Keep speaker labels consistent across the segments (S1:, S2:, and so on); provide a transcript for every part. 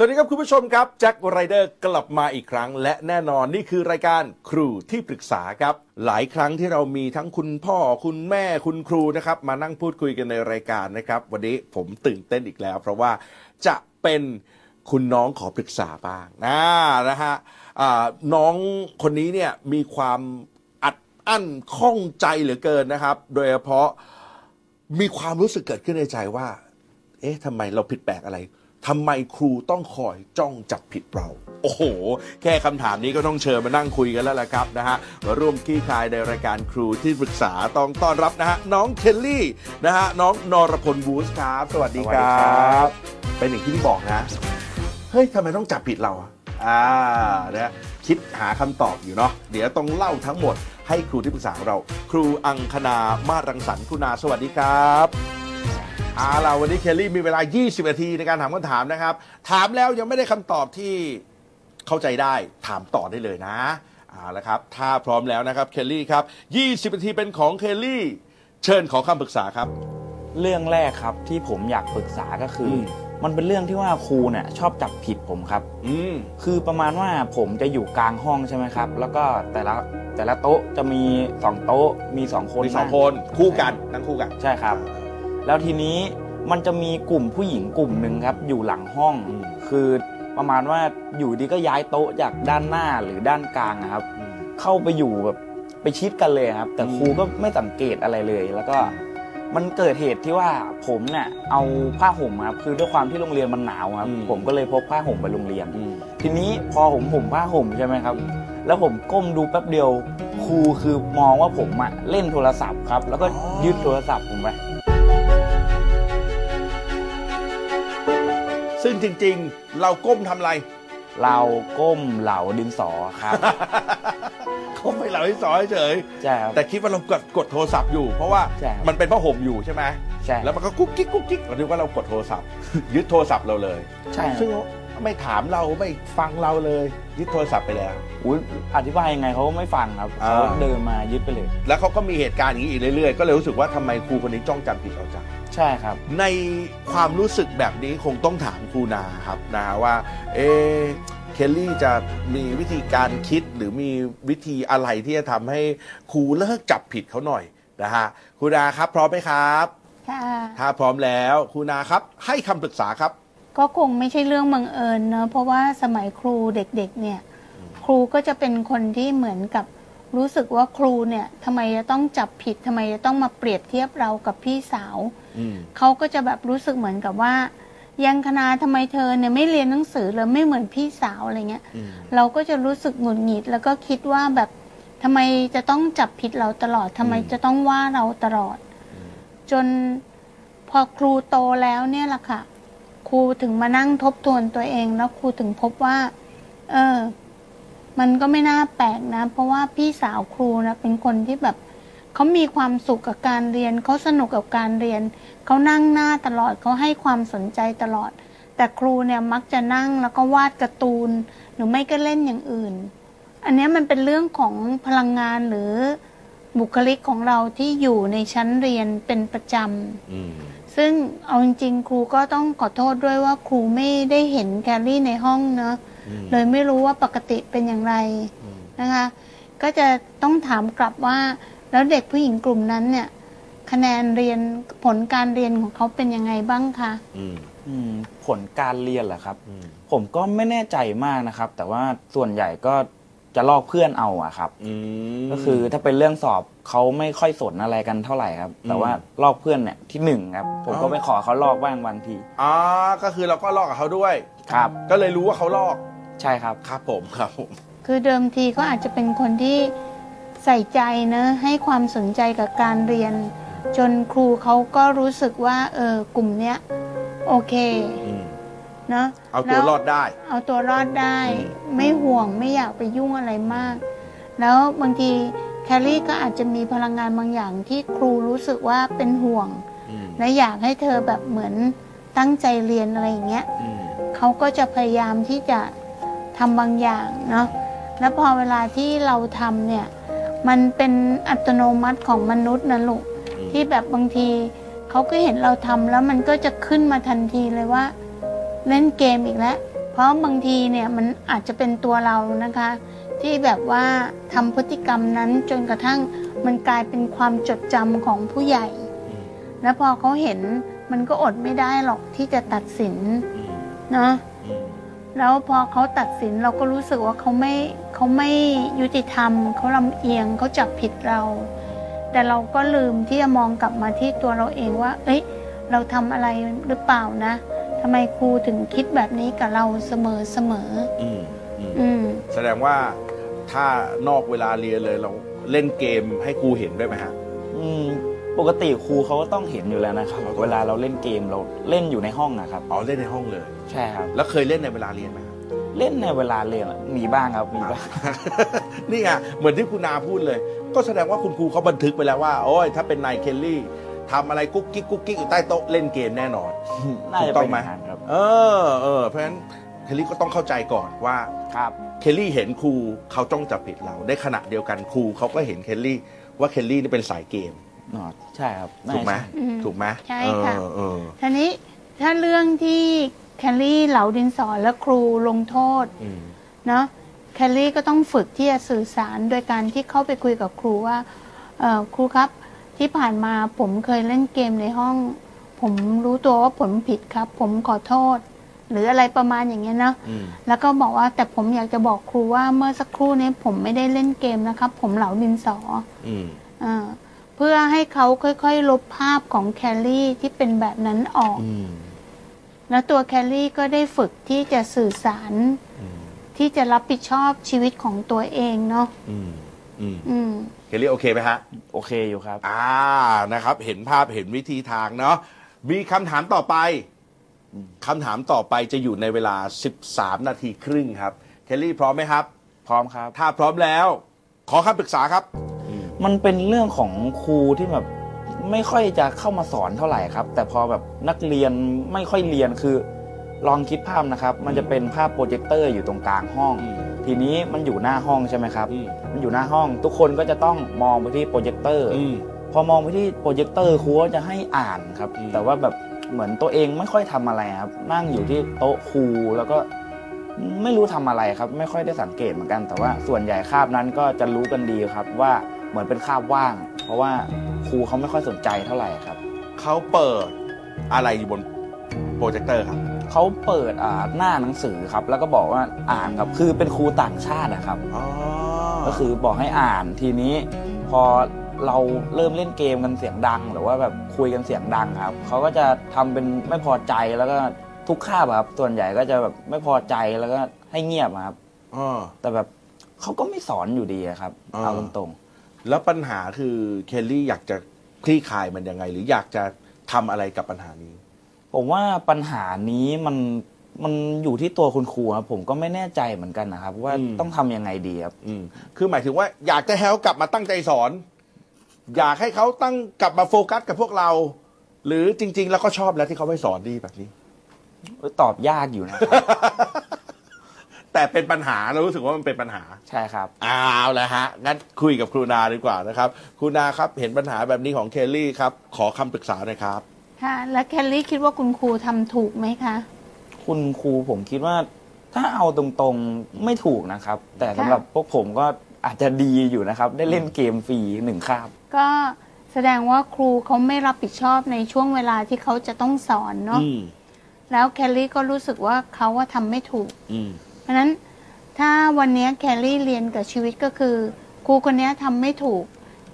S1: วัสดีครับคุณผู้ชมครับแจ็คไรเดอร์กลับมาอีกครั้ง และแน่นอนนี่คือรายการครูที่ปรึกษาครับ หลายครั้งที่เรามีทั้งคุณพ่อคุณแม่คุณครูนะครับ มานั่งพูดคุยกันในรายการนะครับ วันนี้ผมตื่นเต้นอีกแล้ว เพราะว่าจะเป็นคุณน้องขอปรึกษาบ้างนะนะฮะอ่าน้องคนนี้เนี่ยมีความอัดอั้นข้องใจเหลือเกินนะครับ โดยเฉพาะ มีความรู้สึกเกิดขึ้นในใจว่า เอ๊ะทำไมเราผิดแปลกอะไร ทำไมครูต้องคอยจ้องจับผิดเรา โอ้โห แค่คำถามนี้ก็ต้องเชิญมานั่งคุยกันแล้วล่ะครับนะฮะ มาร่วมขี้คายในรายการครูที่ปรึกษาต้องต้อนรับนะฮะ น้องเคลลี่นะฮะ น้องนรพลบูสครับ สวัสดีคร
S2: สวัสดีครั
S1: ับ
S2: บ
S1: เป็นอย่างที่พี่บอกนะ เฮ้ยทำไมต้องจับผิดเราอะอ่านะคิดหาคำตอบอยู่เนาะ เดี๋ยวต้องเล่าทั้งหมดให้ครูที่ปรึกษาของเรา ครูอังคณามาศรังสรรค์คุณาสวัสดีครับ เอาล่ะวันนี้เคลลี่มีเวลา 20 นาทีในการถามคำถามนะครับ ถามแล้วยังไม่ได้คำตอบที่เข้าใจได้ ถามต่อได้เลยนะเอาละครับ ถ้าพร้อมแล้วนะครับเคลลี่ครับ 20 นาทีเป็นของเคลลี่ เชิญขอคำปรึกษาครับ
S2: เรื่องแรกครับที่ผมอยากปรึกษาก็คืออ
S1: ม
S2: มันเป็นเรื่องที่ว่าครูเนี่ยชอบจับผิดผมครับ
S1: อืม
S2: คือประมาณว่าผมจะอยู่กลางห้องใช่ไหมครับ แล้วก็แต่ละแต่ละโต๊ะจะมีสองโต๊ะมีสองคน
S1: มีสอง
S2: ง
S1: คนคู่กันนั่งคู่กัน
S2: ใช่ครับ แล้วทีนี้มันจะมีกลุ่มผู้หญิงกลุ่มหนึ่งครับ อยู่หลังห้อง
S1: อืม
S2: คือประมาณว่าอยู่ดีก็ย้ายโต๊ะจากด้านหน้าหรือด้านกลางอะครับ
S1: อืม
S2: เข้าไปอยู่แบบไปชิดกันเลยครับ แต่
S1: อืม
S2: ครูก็ไม่สังเกตอะไรเลย แล้วก็มันเกิดเหตุที่ว่าผมเนี่ยเอาผ้าห่มครับคือด้วยความที่โรงเรียนมันหนาวครับ
S1: อืม
S2: ผมก็เลยพกผ้าห่มไปโรงเรียน
S1: อืม
S2: ทีนี้พอผมห่มผ้าห่มใช่ไหมครับ แล้วผมก้มดูแป๊บเดียวครูคือมองว่าผมอะเล่นโทรศัพท์ครับ แล้วก็
S1: อ๋อ
S2: ยึดโทรศัพท์ผมไป
S1: ซึ่งจริงๆ เราก้มทำอะไร
S2: เราก้มเหลาดินสอ ครับ
S1: ก้มไปเหล่าที่สอนเฉย
S2: ใช่ครับ
S1: แต่คิดว่าเรากดกดโทรศัพท์อยู่ เพราะว่า
S2: ใช่ครับ
S1: มันเป็นผ้าห่มอยู่ใช่ไหม
S2: ใช่
S1: แล้วมันก็กุ๊กกิ๊กกุ๊กกิ๊กเราคิดว่าเรากดโทรศัพท์ ยึดโทรศัพท์เราเลย
S2: ใช่ครับ
S1: ซึ่งไม่ถามเราไม่ฟังเราเลย ยึดโทรศัพท์ไปแล้ว
S2: อุ๊ยอธิบายยังไงเขาก็ไม่ฟังครับ
S1: อ่า
S2: เขาเดินมายึดไปเลย
S1: แล้วเขาก็มีเหตุการณ์อย่างนี้อีกเรื่อยๆ ก็เลยรู้สึกว่าทำไมครูคนนี้จ้องจำผิดเราจัง
S2: ใช่ครับ
S1: ในความรู้สึกแบบนี้คงต้องถามครูนาครับนะว่าเอะเคลลี่จะมีวิธีการคิดหรือมีวิธีอะไรที่จะทำให้ครูเลิกจับผิดเขาหน่อยนะฮะครูนาครับพร้อมไหมครับ
S3: ค่ะ
S1: ถ้าพร้อมแล้วครูนาครับ ให้คำปรึกษาครับ
S3: ก็คงไม่ใช่เรื่องบังเอิญเนอะเพราะว่าสมัยครูเด็กๆเนี่ย ครูก็จะเป็นคนที่เหมือนกับรู้สึกว่าครูเนี่ยทำไมจะต้องจับผิดทำไมจะต้องมาเปรียบเทียบเรากับพี่สาว
S1: อืม
S3: เขาก็จะแบบรู้สึกเหมือนกับว่า ยังคณาทำไมเธอเนี่ยไม่เรียนหนังสือเลยไม่เหมือนพี่สาวอะไรเงี้ย
S1: อืม
S3: เราก็จะรู้สึกหงุดหงิด แล้วก็คิดว่าแบบทำไมจะต้องจับผิดเราตลอดทำไม
S1: อืม
S3: จะต้องว่าเราตลอด จนพอครูโตแล้วเนี่ยล่ะค่ะ ครูถึงมานั่งทบทวนตัวเอง แล้วครูถึงพบว่า เออ มันก็ไม่น่าแปลกนะ เพราะว่าพี่สาวครูนะเป็นคนที่แบบเขามีความสุขกับการเรียนเขาสนุกกับการเรียนเขานั่งหน้าตลอดเขาให้ความสนใจตลอด แต่ครูเนี่ยมักจะนั่งแล้วก็วาดการ์ตูน หรือไม่ก็เล่นอย่างอื่น อันเนี้ยมันเป็นเรื่องของพลังงานหรือบุคลิกของเราที่อยู่ในชั้นเรียนเป็นประจ
S1: อืม
S3: ำ ซึ่งเอาจริงๆ ครูก็ต้องขอโทษด้วยว่าครูไม่ได้เห็นแกลลี่ในห้องเนอะ
S1: อืม
S3: เลยไม่รู้ว่าปกติเป็นอย่างไร
S1: อืม
S3: นะคะ ก็จะต้องถามกลับว่า แล้วเด็กผู้หญิงกลุ่มนั้นเนี่ย คะแนนเรียนผลการเรียนของเขาเป็นยังไงบ้างคะ
S1: อืม
S2: อืมผลการเรียนเหรอครับ
S1: อืม
S2: ผมก็ไม่แน่ใจมากนะครับ แต่ว่าส่วนใหญ่ก็จะลอกเพื่อนเอาอะครับ
S1: อืม
S2: ก็คือถ้าเป็นเรื่องสอบเขาไม่ค่อยสนอะไรกันเท่าไหร่ครับ แต่ว่าลอกเพื่อนเนี่ยที่หนึ่งครับ ผมก็
S1: อ๋อ
S2: ไปขอเขาลอกบ้างบางที
S1: อ๋อก็คือเราก็ลอกกับเขาด้วย
S2: ครับ
S1: ก็เลยรู้ว่าเขาลอก
S2: ใช่ครับ
S1: ครับผมครับผม
S3: คือเดิมทีก็อาจจะเป็นคนที่ใส่ใจนะให้ความสนใจกับการเรียน จนครูเขาก็รู้สึกว่าเออกลุ่มเนี้ยโอเคเนาะ
S1: เอาตัวรอดได้
S3: เอาตัวรอดได้
S1: อืม
S3: ไม่ห่วงไม่อยากไปยุ่งอะไรมาก แล้วบางทีแคลรี่ก็อาจจะมีพลังงานบางอย่างที่ครูรู้สึกว่าเป็นห่วง
S1: อืม
S3: และอยากให้เธอแบบเหมือนตั้งใจเรียนอะไรอย่างเงี้ย
S1: อืม
S3: เขาก็จะพยายามที่จะทำบางอย่างเนาะ แล้วพอเวลาที่เราทำเนี่ย มันเป็นอัตโนมัติของมนุษย์นะลูก ที่แบบบางทีเขาก็เห็นเราทำแล้วมันก็จะขึ้นมาทันทีเลยว่า เล่นเกมอีกแล้ว เพราะบางทีเนี่ยมันอาจจะเป็นตัวเรานะคะ ที่แบบว่าทำพฤติกรรมนั้นจนกระทั่งมันกลายเป็นความจดจำของผู้ใหญ่
S1: อืม
S3: แล้วพอเขาเห็นมันก็อดไม่ได้หรอกที่จะตัดสิน
S1: อืม
S3: เนาะ
S1: อืม
S3: แล้วพอเขาตัดสินเราก็รู้สึกว่าเขาไม่เขาไม่ยุติธรรมเขาลำเอียงเขาจับผิดเรา แต่เราก็ลืมที่จะมองกลับมาที่ตัวเราเองว่า เอ้ย เราทำอะไรหรือเปล่านะทำไมครูถึงคิดแบบนี้กับเราเสมอเสมอ
S1: อืมอืม
S3: อืม
S1: แสดงว่าถ้านอกเวลาเรียนเลยเราเล่นเกมให้ครูเห็นด้วยไหมฮะ
S2: อืมปกติครูเขาก็ต้องเห็นอยู่แล้วนะครับ เวลาเราเล่นเกมเราเล่นอยู่ในห้องอะครับ
S1: อ๋อเล่นในห้องเลย
S2: ใช่ครับ
S1: แล้วเคยเล่นในเวลาเรียนไหมครับ
S2: เล่นในเวลาเรียนอะมีบ้างครับมีบ้าง
S1: นี่ไงเหมือนที่คุณนาพูดเลย ก็แสดงว่าคุณครูเขาบันทึกไปแล้วว่า โอ้ยถ้าเป็นนายเคลลี่ทำอะไรกุ๊กกิ๊กกุ๊กกิ๊กอยู่ใต้โต๊ะเล่นเกมแน่นอน
S2: น่า
S1: ถู
S2: จะ
S1: กต้อง
S2: เป็น
S1: ไหม
S2: อย่างนั้นครับ
S1: เออเออเพราะฉะนั้นเคลลี่ก็ต้องเข้าใจก่อนว่า
S2: ครับ
S1: เคลลี่เห็นครูเขาจ้องจับผิดเราในขณะเดียวกันครูเขาก็เห็นเคลลี่ว่าเคลลี่นี่เป็นสายเกม
S2: นอดใช่ครับน่า
S1: ถูกไหม
S2: จะ
S3: อืม
S1: ถูกไหม
S3: ใช่ค่ะ
S1: เออเออ
S3: ทีนี้ถ้าเรื่องที่แคลรี่เหลาดินสอและครูลงโทษ
S1: อืม
S3: เนาะแคลรี่ก็ต้องฝึกที่จะสื่อสารโดยการที่เข้าไปคุยกับครูว่าเอ่อครูครับ ที่ผ่านมาผมเคยเล่นเกมในห้อง ผมรู้ตัวว่าผมผิดครับ ผมขอโทษ หรืออะไรประมาณอย่างเงี้ยเนาะ
S1: อืม
S3: แล้วก็บอกว่าแต่ผมอยากจะบอกครูว่าเมื่อสักครู่เนี้ผมไม่ได้เล่นเกมนะครับ ผมเหลาดินสอ
S1: อืม
S3: เออเพื่อให้เขาค่อยๆ ลบภาพของแคลรี่ที่เป็นแบบนั้นออก
S1: อืม
S3: แล้วตัวแคลรี่ก็ได้ฝึกที่จะสื่อสาร
S1: อืม
S3: ที่จะรับผิดชอบชีวิตของตัวเองเนาะ
S1: อืมอืม
S3: อืม
S1: เคลลี่โอเคไหมฮะ
S2: โอเคอยู่ครับ
S1: อ่า นะครับ เห็นภาพ เห็นวิธีทางเนาะ มีคำถามต่อไป คำถามต่อไปจะอยู่ในเวลา 13 นาทีครึ่งครับ เคลลี่พร้อมไหมครับ
S2: พร้อมครับ
S1: ถ้าพร้อมแล้ว ขอคำปรึกษาครับ
S2: มันเป็นเรื่องของครูที่แบบไม่ค่อยจะเข้ามาสอนเท่าไหร่ครับ แต่พอแบบนักเรียนไม่ค่อยเรียนคือ ลองคิดภาพนะครับ มันจะเป็นภาพโปรเจคเตอร์อยู่ตรงกลางห้อง
S1: อืม
S2: ทีนี้มันอยู่หน้าห้องใช่ไหมครับ
S1: อืม
S2: มันอยู่หน้าห้อง ทุกคนก็จะต้องมองไปที่โปรเจคเตอร์
S1: อืม
S2: พอมองไปที่โปรเจคเตอร์ครูก็จะให้อ่านครับ
S1: อืม
S2: แต่ว่าแบบเหมือนตัวเองไม่ค่อยทำอะไรครับ นั่งอยู่ที่โต๊ะครูแล้วก็ไม่รู้ทำอะไรครับ ไม่ค่อยได้สังเกตเหมือนกัน แต่ว่าส่วนใหญ่คาบนั้นก็จะรู้กันดีครับ ว่าเหมือนเป็นคาบว่าง เพราะว่าครูเขาไม่ค่อยสนใจเท่าไหร่ครับ
S1: เขาเปิดอะไรอยู่บนโปรเจคเตอร์ครับ
S2: เขาเปิดอ่าหน้าหนังสือครับ แล้วก็บอกว่าอ่านครับคือเป็นครูต่างชาตินะครับ
S1: อ๋อ
S2: ก็คือบอกให้อ่านทีนี้ พอเราเริ่มเล่นเกมกันเสียงดัง หรือว่าแบบคุยกันเสียงดังครับเขาก็จะทำเป็นไม่พอใจแล้วก็ทุกคาบอะครับ ส่วนใหญ่ก็จะแบบไม่พอใจแล้วก็ให้เงียบอะครับ
S1: อ๋อ
S2: แต่แบบเขาก็ไม่สอนอยู่ดีอะครับ
S1: อ่า
S2: เอาตรง
S1: แล้วปัญหาคือเคลลี่อยากจะคลี่คลายมันยังไง หรืออยากจะทำอะไรกับปัญหานี้
S2: ๆผมว่าปัญหานี้มันมันอยู่ที่ตัวคุณครูครับผมก็ไม่แน่ใจเหมือนกันนะครับ ว่า
S1: อืม
S2: ต้องทำยังไงดีครับ
S1: อืมคือหมายถึงว่าอยากจะให้เขากลับมาตั้งใจสอน อยากให้เขาตั้งกลับมาโฟกัสกับพวกเรา หรือจริง ๆ แล้วก็ชอบแล้วที่เขาไม่สอนดีแบบนี้
S2: ตอบยากอยู่นะครับ
S1: แต่เป็นปัญหาเรารู้สึกว่ามันเป็นปัญหา
S2: ใช่ครับ
S1: อ้าวแล้วฮะงั้นคุยกับครูนาดีกว่านะครับครูนาครับเห็นปัญหาแบบนี้ของเคลลี่ครับ ขอคำปรึกษาหน่อยครับ
S3: ค่ะ แล้วแคลรี่คิดว่าคุณครูทำถูกไหมคะ
S2: คุณครูผมคิดว่าถ้าเอาตรงๆไม่ถูกนะครับ แต่สำหรับพวกผมก็อาจจะดีอยู่นะครับ ได้เล่นเกมฟรีหนึ่งคาบ
S3: ก็แสดงว่าครูเขาไม่รับผิดชอบในช่วงเวลาที่เขาจะต้องสอนเนาะ
S1: อืม
S3: แล้วแคลรี่ก็รู้สึกว่าเขาว่าทำไม่ถูก
S1: อืม
S3: เพราะฉะนั้นถ้าวันเนี้ยแคลรี่เรียนกับชีวิตก็คือครูคนเนี้ยทำไม่ถูก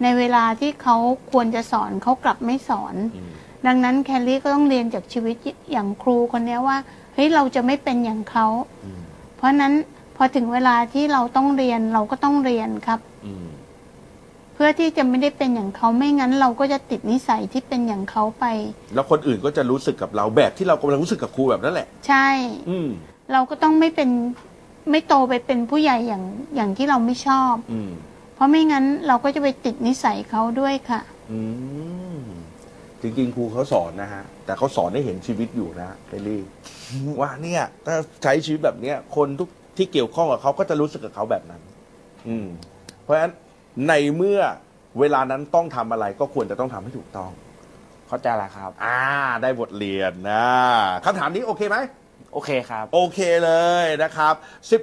S3: ในเวลาที่เขาควรจะสอนเขากลับไม่สอน
S1: อืม
S3: ดังนั้นแคลรี่ก็ต้องเรียนจากชีวิตอย่างครูคนเนี้ยว่าเฮ้ยเราจะไม่เป็นอย่างเขา
S1: อืม
S3: เพราะฉะนั้นพอถึงเวลาที่เราต้องเรียนเราก็ต้องเรียนครับ
S1: อืม
S3: เพื่อที่จะไม่ได้เป็นอย่างเขาไม่งั้นเราก็จะติดนิสัยที่เป็นอย่างเขาไป
S1: แล้วคนอื่นก็จะรู้สึกกับเราแบบที่เรากำลังรู้สึกกับครูแบบนั้นแหละ
S3: ใช่
S1: อืม
S3: เราก็ต้องไม่เป็นไม่โตไปเป็นผู้ใหญ่อย่างอย่างที่เราไม่ชอบ
S1: อืม
S3: เพราะไม่งั้นเราก็จะไปติดนิสัยเขาด้วยค่ะ
S1: อืมจริงๆครูเขาสอนนะฮะ แต่เขาสอนให้เห็นชีวิตอยู่นะเบลลี่ ว่าเนี่ยถ้าใช้ชีวิตแบบเนี้ย คนทุกที่เกี่ยวข้องกับเขาก็จะรู้สึกกับเขาแบบนั้น อืม เพราะฉะนั้นในเมื่อเวลานั้นต้องทำอะไรก็ควรจะต้องทำให้ถูกต้อง
S2: เข้าใจละครับ
S1: อ่า ได้บทเรียนนะคำถามนี้โอเคไหม
S2: โอเคครับ
S1: โอเคเลยนะครับ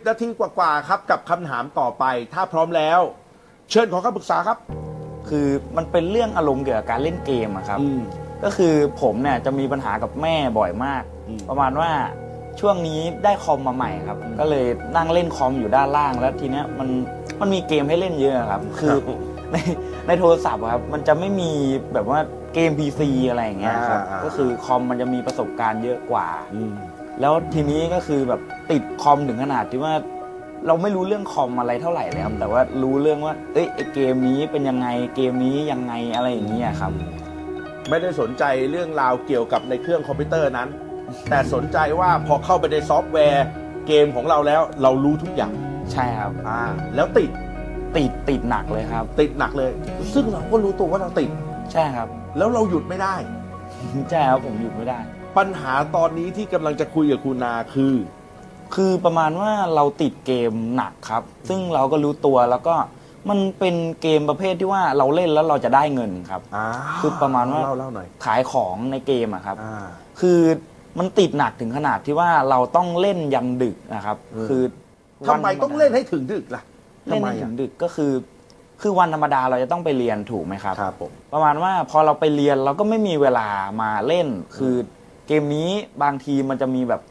S1: 10 นาทีกว่าๆครับกับคำถามต่อไป ถ้าพร้อมแล้ว เชิญขอคำปรึกษาครับ
S2: คือมันเป็นเรื่องอารมณ์เกี่ยวกับการเล่นเกมอะครับ
S1: อืม
S2: ก็คือผมเนี่ยจะมีปัญหากับแม่บ่อยมาก
S1: อืม
S2: ประมาณว่าช่วงนี้ได้คอมมาใหม่ครับ
S1: อืม
S2: ก็เลยนั่งเล่นคอมอยู่ด้านล่างแล้วทีเนี้ยมันมันมีเกมให้เล่นเยอะครับ คือ ใน ในโทรศัพท์อะครับมันจะไม่มีแบบว่าเกม PC อะไรอย่างเงี้ยครับ
S1: อ่าอ่า
S2: ก็คือคอมมันจะมีประสบการณ์เยอะกว่า
S1: อืม
S2: แล้วทีนี้ก็คือแบบติดคอมถึงขนาดที่ว่า เราไม่รู้เรื่องคอมอะไรเท่าไหร่เลยครับแต่ว่ารู้เรื่องว่าเอ้ยไอ้เกมนี้เป็นยังไงเกมนี้ยังไงอะไรอย่างเงี้ยครับ
S1: ไม่ได้สนใจเรื่องราวเกี่ยวกับในเครื่องคอมพิวเตอร์นั้น แต่สนใจว่าพอเข้าไปในซอฟต์แวร์เกมของเราแล้วเรารู้ทุกอย่าง
S2: ใช่ครับ
S1: อ่าแล้วติด
S2: ติดติดหนักเลยครับ
S1: ติดหนักเลย ซึ่งเราก็รู้ตัวว่าเราติด
S2: ใช่ครับ
S1: แล้วเราหยุดไม่ได้
S2: ใช่ครับผมหยุดไม่ได้
S1: ปัญหาตอนนี้ที่กำลังจะคุยกับคุณนาคือ
S2: คือประมาณว่าเราติดเกมหนักครับ ซึ่งเราก็รู้ตัวแล้วก็มันเป็นเกมประเภทที่ว่าเราเล่นแล้วเราจะได้เงินครับ
S1: อ่า
S2: คือประมาณว่า
S1: เล่าเล่าหน่อย
S2: ขายของในเกมอะครับ
S1: อ่า
S2: คือมันติดหนักถึงขนาดที่ว่าเราต้องเล่นยันดึกนะครับ
S1: อืม
S2: คือ
S1: ทำไมต้องเล่นให้ถึงดึกล่ะ
S2: เล่
S1: ทำ
S2: น
S1: ไม
S2: ให้ถึ
S1: อ่ะ
S2: งดึกก็คือ คือวันธรรมดาเราจะต้องไปเรียนถูกไหมครับ
S1: ครับผม
S2: ประมาณว่าพอเราไปเรียนเราก็ไม่มีเวลามาเล่น คือเกมนี้บางทีมันจะมีแบบ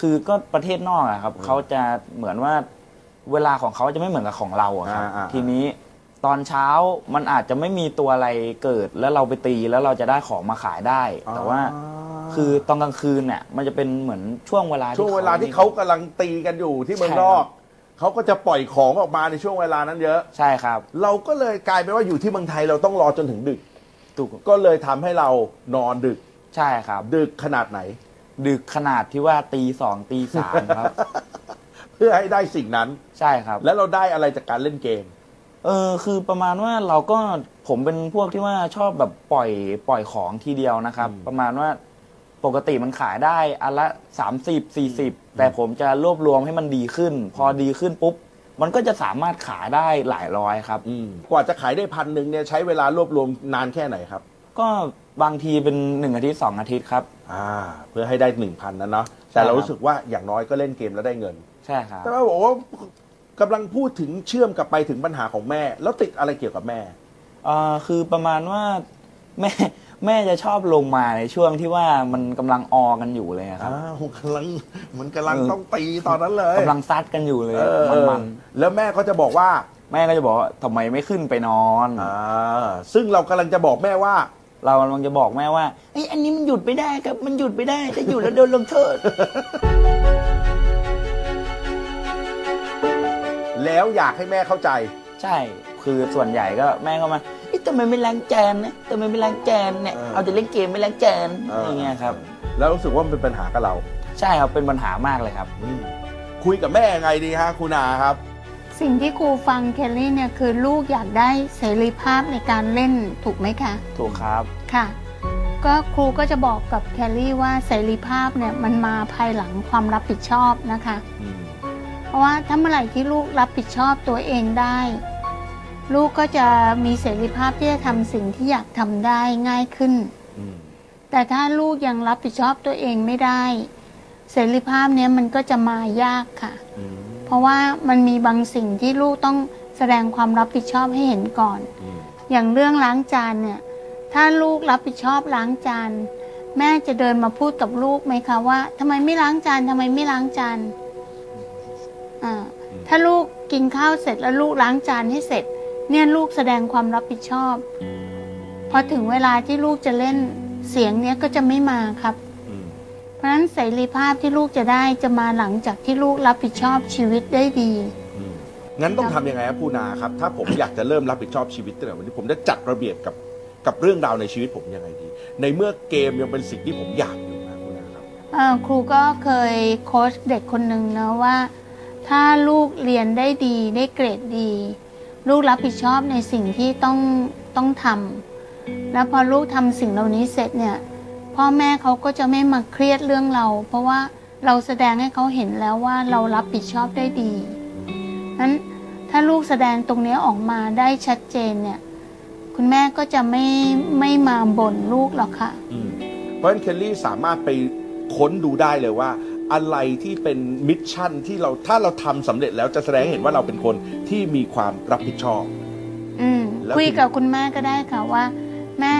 S2: คือก็ประเทศนอกอะครับเขาจะเหมือนว่าเวลาของเขาจะไม่เหมือนกับของเราอะครับ
S1: าอ่า
S2: ทีนี้ตอนเช้ามันอาจจะไม่มีตัวอะไรเกิด แล้วเราไปตีแล้วเราจะได้ของมาขายได้ แต่ว่าคือตอนกลางคืนเนี่ยมันจะเป็นเหมือนช่วงเวลา
S1: ช่วงเวลาที่เขากำลังตีกันอยู่ที่เมือง
S2: ใช่ครับ
S1: นอกเขาก็จะปล่อยของออกมาในช่วงเวลานั้นเยอะ
S2: ใช่ครับ
S1: เราก็เลยกลายเป็นว่าอยู่ที่เมืองไทยเราต้องรอจนถึงดึก
S2: ถูก
S1: ก็เลยทำให้เรานอนดึก
S2: ใช่ครับ
S1: ดึกขนาดไหน
S2: ดึกขนาดที่ว่าตีสองตีสาม ครับ
S1: เพื่อให้ได้สิ่งนั้น
S2: ใช่ครับ
S1: แล้วเราได้อะไรจากการเล่นเกม
S2: เออคือประมาณว่าเราก็ผมเป็นพวกที่ว่าชอบแบบปล่อยปล่อยของทีเดียวนะครับ
S1: อืม
S2: ประมาณว่าปกติมันขายได้อันละ 30 40 แต่ผมจะรวบรวมให้มันดีขึ้น พอดีขึ้นปุ๊บ มันก็จะสามารถขายได้หลายร้อยครับ
S1: กว่าจะขายได้พันหนึ่งเนี่ยใช้เวลารวบรวมนานแค่ไหนครับ
S2: ก็บางทีเป็น 1 อาทิตย์ 2 อาทิตย์ครับ
S1: อ่า เพื่อให้ได้หนึ่งพันนั้นเนาะแต่เรา
S2: ใช่ครับ
S1: รู้สึกว่าอย่างน้อยก็เล่นเกมแล้วได้เงิน
S2: ใช่ครับ
S1: แต่ว่าบอกว่ากำลังพูดถึงเชื่อมกลับไปถึงปัญหาของแม่ แล้วติดอะไรเกี่ยวกับแม่
S2: เอ่อคือประมาณว่าแม่ แม่จะชอบลงมาในช่วงที่ว่ามันกำลังออกันอยู่เลยอะครับ
S1: อ้าวกำลังเหมันกำลังต้องตีตอนนั้นเลย
S2: กำลังซัดกันอยู่เลย
S1: เออ
S2: มัน
S1: แล้วแม่ก็จะบอกว่า
S2: ๆแม่ก็จะบอกว่าทำไมไม่ขึ้นไปนอน
S1: อ่า ซึ่งเรากำลังจะบอกแม่ว่า
S2: เรากำลังจะบอกแม่ว่าเอ้ยอันนี้มันหยุดไม่ได้ครับ มันหยุดไม่ได้ จะหยุดแล้วโดนลงโทษ
S1: แล้วอยากให้แม่เข้าใจ
S2: ใช่ คือส่วนใหญ่ก็แม่ก็มาเอ้ยทำไมไม่ล้างจานนะทำไมไม่ล้างจานเนี่ย
S1: เออ
S2: เอาแต่เล่นเกมไม่ล้างจานอะไรเงี้ยครับ
S1: แล้วรู้สึกว่ามันเป็นปัญหากับเรา
S2: ใช่ครับ เป็นปัญหามากเลยครับ
S1: คุยกับแม่ยังไงดีฮะคุณอาครับ
S3: สิ่งที่ครูฟังเคลลี่เนี่ยคือลูกอยากได้เสรีภาพในการเล่นถูกไหมคะ
S2: ถูกครับ
S3: ค่ะ ก็ครูก็จะบอกกับแคลลี่ว่าเสรีภาพเนี่ยมันมาภายหลังความรับผิดชอบนะคะ เพราะว่าถ้าเมื่อไหร่ที่ลูกรับผิดชอบตัวเองได้ ลูกก็จะมีเสรีภาพที่จะทำสิ่งที่อยากทำได้ง่ายขึ้น แต่ถ้าลูกยังรับผิดชอบตัวเองไม่ได้ เสรีภาพเนี้ยมันก็จะมายากค่ะ เพราะว่ามันมีบางสิ่งที่ลูกต้องแสดงความรับผิดชอบให้เห็นก่อน อย่างเรื่องล้างจานเนี่ย ถ้าลูกรับผิดชอบล้างจาน แม่จะเดินมาพูดกับลูกไหมคะว่าทำไมไม่ล้างจานทำไมไม่ล้างจานอ่าถ้าลูกกินข้าวเสร็จแล้วลูกล้างจานให้เสร็จ เนี่ยลูกแสดงความรับผิดชอบ พอถึงเวลาที่ลูกจะเล่นเสียงเนี้ยก็จะไม่มาครับ เพราะฉะนั้นเสรีภาพที่ลูกจะได้จะมาหลังจากที่ลูกรับผิดชอบชีวิตได้ดี
S1: งั้นต้องทำยังไงครับคุณอาครับ ถ้าผมอยากจะเริ่มรับผิดชอบชีวิตตั้งแต่วันนี้ผมจะจัดระเบียบกับกับเรื่องราวในชีวิตผมยังไงดี ในเมื่อเกมยังเป็นสิ่งที่ผมอยากอยู่นะคุณอาครับ
S3: เอ่อครูก็เคยโค้ชเด็กคนหนึ่งนะว่า ถ้าลูกเรียนได้ดีได้เกรดดี ลูกรับผิดชอบในสิ่งที่ต้องต้องทำแล้วพอลูกทำสิ่งเหล่านี้เสร็จเนี่ยพ่อแม่เขาก็จะไม่มาเครียดเรื่องเรา เพราะว่าเราแสดงให้เขาเห็นแล้วว่าเรารับผิดชอบได้ดีนั้นถ้าลูกแสดงตรงเนี้ยออกมาได้ชัดเจนเนี่ยคุณแม่ก็จะไม่ไม่มาบ่นลูกหรอกค่ะ
S1: เพราะฉะนั้นเคลลี่สามารถไปค้นดูได้เลยว่า อ อะไรที่เป็นมิชชั่นที่เราถ้าเราทำสำเร็จแล้วจะแสดงให้เห็นว่าเราเป็นคนที่มีความรับผิดชอบ
S3: อืม
S1: แล้ว
S3: คุย
S1: ทีนี้
S3: กับคุณแม่ก็ได้ค่ะว่า แม่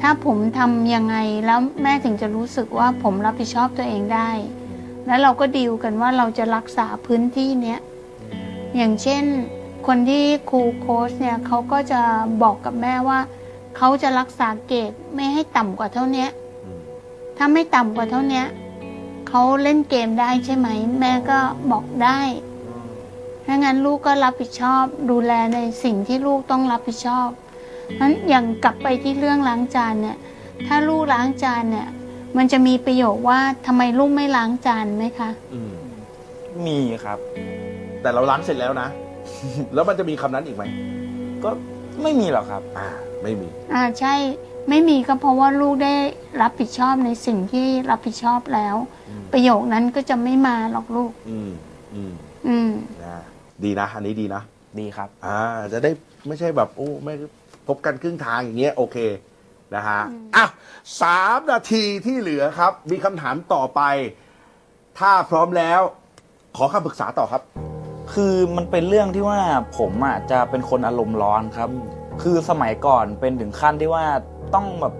S3: ถ้าผมทำยังไงแล้วแม่ถึงจะรู้สึกว่าผมรับผิดชอบตัวเองได้ แล้วเราก็ดีลกันว่าเราจะรักษาพื้นที่เนี้ยอย่างเช่น คนที่ครูโค้ชเนี่ยเขาก็จะบอกกับแม่ว่าเขาจะรักษาเกรดไม่ให้ต่ำกว่าเท่าเนี้ย ถ้าไม่ต่ำกว่าเท่าเนี้ยเขาเล่นเกมได้ใช่ไหม แม่ก็บอกได้ถ้างั้นลูกก็รับผิดชอบ ดูแลในสิ่งที่ลูกต้องรับผิดชอบนั้นอย่างกลับไปที่เรื่องล้างจานเนี่ย ถ้าลูกล้างจานเนี่ย มันจะมีประโยคว่าทำไมลูกไม่ล้างจานไหมคะ
S1: อืม
S2: มีครับ
S1: แต่เราล้างเสร็จแล้วนะ แล้วมันจะมีคำนั้นอีกไหม
S2: ก็ไม่มีหรอกครับ
S1: อ่า ไม่มี
S3: อ่าใช่ไม่มีก็เพราะว่าลูกได้รับผิดชอบในสิ่งที่รับผิดชอบแล้ว
S1: อืม
S3: ประโยคนั้นก็จะไม่มาหรอกลูก
S1: อืมอืม
S3: อืม
S1: นะดีนะ อันนี้ดีนะ
S2: ดีครับ
S1: อ่า จะได้ไม่ใช่แบบ โอ้ ไม่พบกันครึ่งทางอย่างเงี้ย โอเค นะฮะ
S3: อืม
S1: อ่ะสามนาทีที่เหลือครับ มีคำถามต่อไป ถ้าพร้อมแล้ว ขอคำปรึกษาต่อครับ
S2: คือมันเป็นเรื่องที่ว่าผมอ่ะจะเป็นคนอารมณ์ร้อนครับ คือสมัยก่อนเป็นถึงขั้นที่ว่าต้องแบบ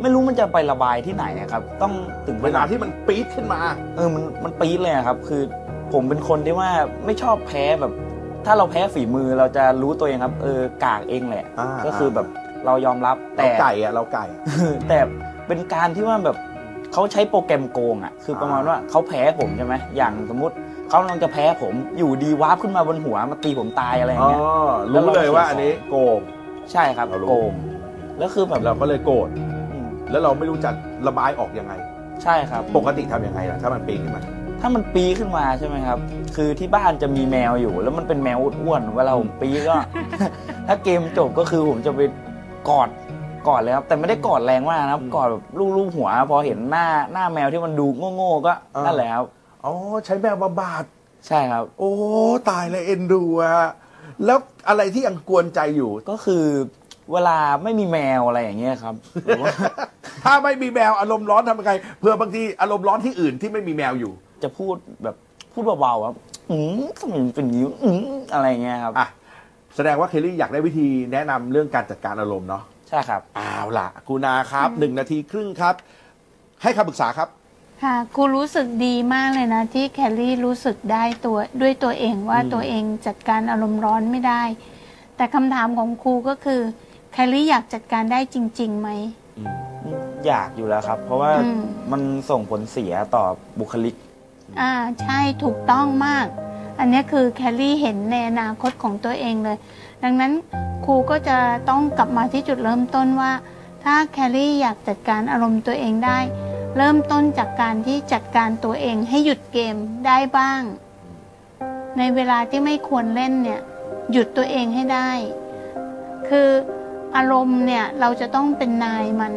S2: ไม่รู้มันจะไประบายที่ไหนนะครับ ต้องถึง
S1: เว
S2: เว
S1: ลา
S2: ลา
S1: ที่มันปี๊ดขึ้นมา
S2: เออ มันมันปี๊ดเลยอะครับ คือผมเป็นคนที่ว่าไม่ชอบแพ้แบบ ถ้าเราแพ้ฝีมือเราจะรู้ตัวเองครับ เออกากเองแหละ
S1: อ่า
S2: ก็คือแบบเรายอมรับ
S1: เรา
S2: แต่
S1: ไก่อะเราไก่อะ
S2: แต่เป็นการที่ว่าแบบเขาใช้โปรแกรมโกงอ่ะ คือประมาณ
S1: อ่า
S2: ว่าเขาแพ้ผมใช่ไหมอย่างสมมติเขากำลังจะแพ้ผมอยู่ดีวาร์ปขึ้นมาบนหัวมาตีผมตายอะไรอย่า
S1: อ๋อ
S2: งเงี้ย
S1: รู้เลยว่าอันนี้โกง
S2: ใช่ครับ
S1: เรารู้
S2: โกงแล้วคือแบบ
S1: เราก็เลยโกรธ
S2: อืม
S1: แล้วเราไม่รู้จะระบายออกยังไง
S2: ใช่ครับ
S1: ปกติทำยังไงล่ะ ถ้ามันปี๊ดขึ้นมา
S2: ถ้ามันปีขึ้นมาใช่ไหมครับ คือที่บ้านจะมีแมวอยู่ แล้วมันเป็นแมวอ้วนๆเวลาผมปีก็ ถ้าเกมจบก็คือผมจะไปกอดกอดเลยครับ แต่ไม่ได้กอดแรงมากนะครับ
S1: อืม
S2: กอดแบบลูบๆหัว พอเห็นหน้าหน้าแมวที่มันดูโง่ๆก็
S1: อ่านั่
S2: นั่นแหละครับ
S1: อ๋อ ใช้แมวบำบาด
S2: ใช่ครับ
S1: โอ้ ตายเลยเอ็นดูอะแล้วอะไรที่ยังกวนใจอยู่
S2: ก็คือเวลาไม่มีแมวอะไรอย่างเงี้ยครับหรือว่า
S1: ถ้าไม่มีแมวอารมณ์ร้อนทำยังไงเพื่อบางทีอารมณ์ร้อนที่อื่นที่ไม่มีแมวอยู่
S2: จะพูดแบบพูดเบาๆครับอืมสมัยเป็นอยิ้วอืมอะไรอย่างเงี้ยครับ
S1: อ่ะแสดงว่าเคลลี่อยากได้วิธีแนะนำเรื่องการจัดการอารมณ์เนาะ
S2: ใช่ครับ
S1: เอาล่ะกูนาครับหนึ่งนาทีครึ่งครับ ให้คำปรึกษาครับ
S3: ค่ะครูรู้สึกดีมากเลยนะที่แคลรี่รู้สึกได้ตัวด้วยตัวเองว่า
S1: อืม
S3: ตัวเองจัดการอารมณ์ร้อนไม่ได้ แต่คำถามของครูก็คือแคลรี่อยากจัดการได้จริงๆไหม
S2: อยากอยู่แล้วครับ เพราะว่า
S3: อืม
S2: มันส่งผลเสียต่อบุคลิก
S3: อ่าใช่ถูกต้องมาก อันเนี้ยคือแคลรี่เห็นในอนาคตของตัวเองเลย ดังนั้นครูก็จะต้องกลับมาที่จุดเริ่มต้นว่า ถ้าแคลรี่อยากจัดการอารมณ์ตัวเองได้ เริ่มต้นจากการที่จัดการตัวเองให้หยุดเกมได้บ้าง ในเวลาที่ไม่ควรเล่นเนี่ยหยุดตัวเองให้ได้ คืออารมณ์เนี่ยเราจะต้องเป็นนายมัน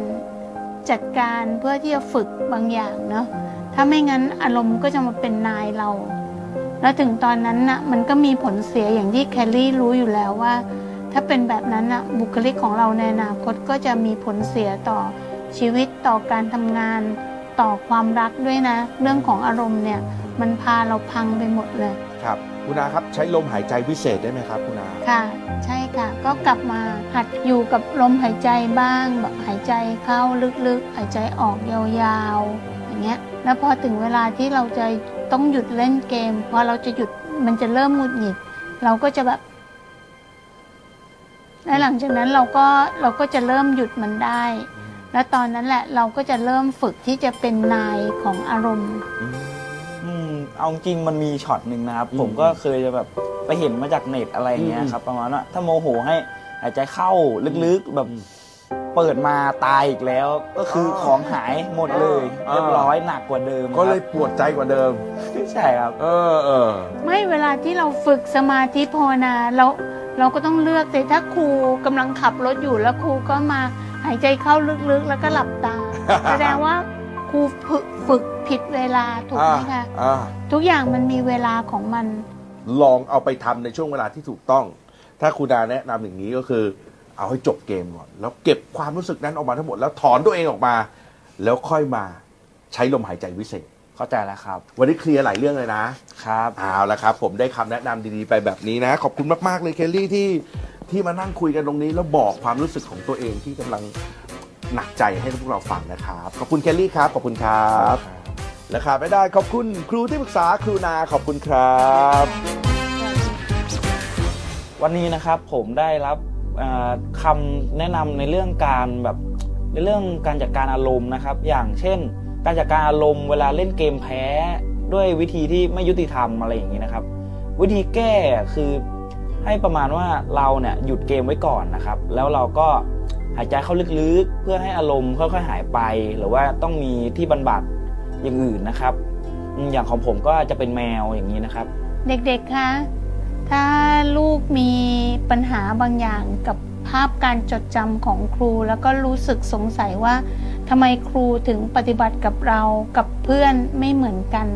S3: จัดการเพื่อที่จะฝึกบางอย่างเนาะ ถ้าไม่งั้นอารมณ์ก็จะมาเป็นนายเรา แล้วถึงตอนนั้นน่ะมันก็มีผลเสียอย่างที่แคลรี่รู้อยู่แล้วว่า ถ้าเป็นแบบนั้นน่ะบุคลิกของเราในอนาคตก็จะมีผลเสียต่อชีวิตต่อการทำงาน ต่อความรักด้วยนะ เรื่องของอารมณ์เนี่ย มันพาเราพังไปหมดเลย
S1: ครับกูนาครับใช้ลมหายใจพิเศษได้ไหมครับกูนา
S3: ค่ะ ใช่ค่ะ ก็กลับมาหัดอยู่กับลมหายใจบ้าง แบบหายใจเข้าลึกๆ หายใจออกยาวๆ อย่างเงี้ยแล้วพอถึงเวลาที่เราจะต้องหยุดเล่นเกม พอเราจะหยุดมันจะเริ่มหงุดหงิด เราก็จะแบบและหลังจากนั้นเราก็เราก็จะเริ่มหยุดมันได้ และตอนนั้นแหละเราก็จะเริ่มฝึกที่จะเป็นนายของอารมณ์
S1: อืม
S2: อืมเอาจริงมันมีช็อตหนึ่งนะครับ
S1: อืม
S2: ผมก็เคยจะแบบไปเห็นมาจากเน็ตอะไรอย่างเงี้ยครับ ประมาณว่าถ้าโมโหให้หายใจเข้าลึกๆแบบ
S1: อืม
S2: เปิดมาตายอีกแล้ว ก็คืออ
S1: อ
S2: ของหายหมดเลย
S1: อ่า
S2: เรียบร้อยหนักกว่าเดิม
S1: ก็เลยปวดใจกว่าเดิม
S2: ครับ ใช่ครับ
S1: เออเออ
S3: ไม่เวลาที่เราฝึกสมาธิภาวนาเราเราก็ต้องเลือกแต่ถ้าครูกำลังขับรถอยู่แล้วครูก็มาหายใจเข้าลึกๆ แล้วก็หลับ ตา แสดงว่าครูฝึกฝึกผิดเวลาถูกไหมคะ
S1: อ่า
S3: ทุกอย่างมันมีเวลาของมัน
S1: ลองเอาไปทำในช่วงเวลาที่ถูกต้อง ถ้าครูดาแนะนำอย่างนี้ก็คือ เอาให้จบเกมก่อน แล้วเก็บความรู้สึกนั้นออกมาทั้งหมดแล้วถอนตัวเองออกมา แล้วค่อยมาใช้ลมหายใจวิเศษ
S2: เข้าใจแล้วครับ
S1: วันนี้เคลียร์หลายเรื่องเลยนะ
S2: ครับ
S1: เอาละครับ ผมได้คำแนะนำดีๆไปแบบนี้นะ ขอบคุณมาก ๆ เลยเคลลี่ที่ที่มานั่งคุยกันตรงนี้ แล้วบอกความรู้สึกของตัวเองที่กำลังหนักใจให้พวกเราฟังนะครับ ขอบคุณเคลลี่ครับขอบคุณครับและขาดไม่ได้ขอบคุณครูที่ปรึกษาครูนาขอบคุณครับ
S2: วันนี้นะครับผมได้รับเอ่อคำแนะนำในเรื่องการแบบในเรื่องการจัดการอารมณ์นะครับ อย่างเช่น การจัดการอารมณ์เวลาเล่นเกมแพ้ ด้วยวิธีที่ไม่ยุติธรรมอะไรอย่างนี้นะครับ วิธีแก้คือให้ประมาณว่าเราเนี่ยหยุดเกมไว้ก่อนนะครับ แล้วเราก็หายใจเข้าลึกๆ เพื่อให้อารมณ์ค่อยๆหายไป หรือว่าต้องมีที่บรรบัดอย่างอื่นนะครับอืมอย่างของผมก็จะเป็นแมวอย่างนี้นะครับ
S3: เด็กๆ คะ ถ้าลูกมีปัญหาบางอย่างกับภาพการจดจำของครู แล้วก็รู้สึกสงสัยว่าทำไมครูถึงปฏิบัติกับเรากับเพื่อนไม่เหมือนกัน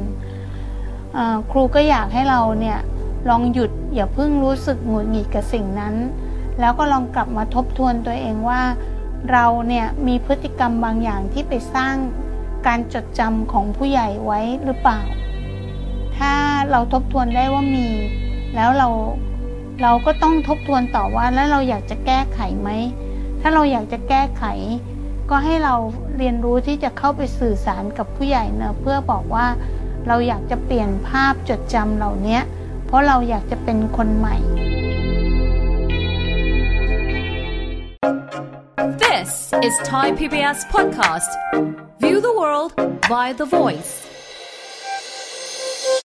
S3: เอ่อครูก็อยากให้เราเนี่ยลองหยุดอย่าเพิ่งรู้สึกหงุดหงิดกับสิ่งนั้น แล้วก็ลองกลับมาทบทวนตัวเองว่า เราเนี่ยมีพฤติกรรมบางอย่างที่ไปสร้างการจดจำของผู้ใหญ่ไว้หรือเปล่า ถ้าเราทบทวนได้ว่ามี แล้วเราเราก็ต้องทบทวนต่อว่าแล้วเราอยากจะแก้ไขไหม ถ้าเราอยากจะแก้ไข ก็ให้เราเรียนรู้ที่จะเข้าไปสื่อสารกับผู้ใหญ่เนอะเพื่อบอกว่าเราอยากจะเปลี่ยนภาพจดจำเหล่าเนี้ยเพราะเราอยากจะเป็นคนใหม่
S4: This is Thai PBS Podcast. View the world via the voice.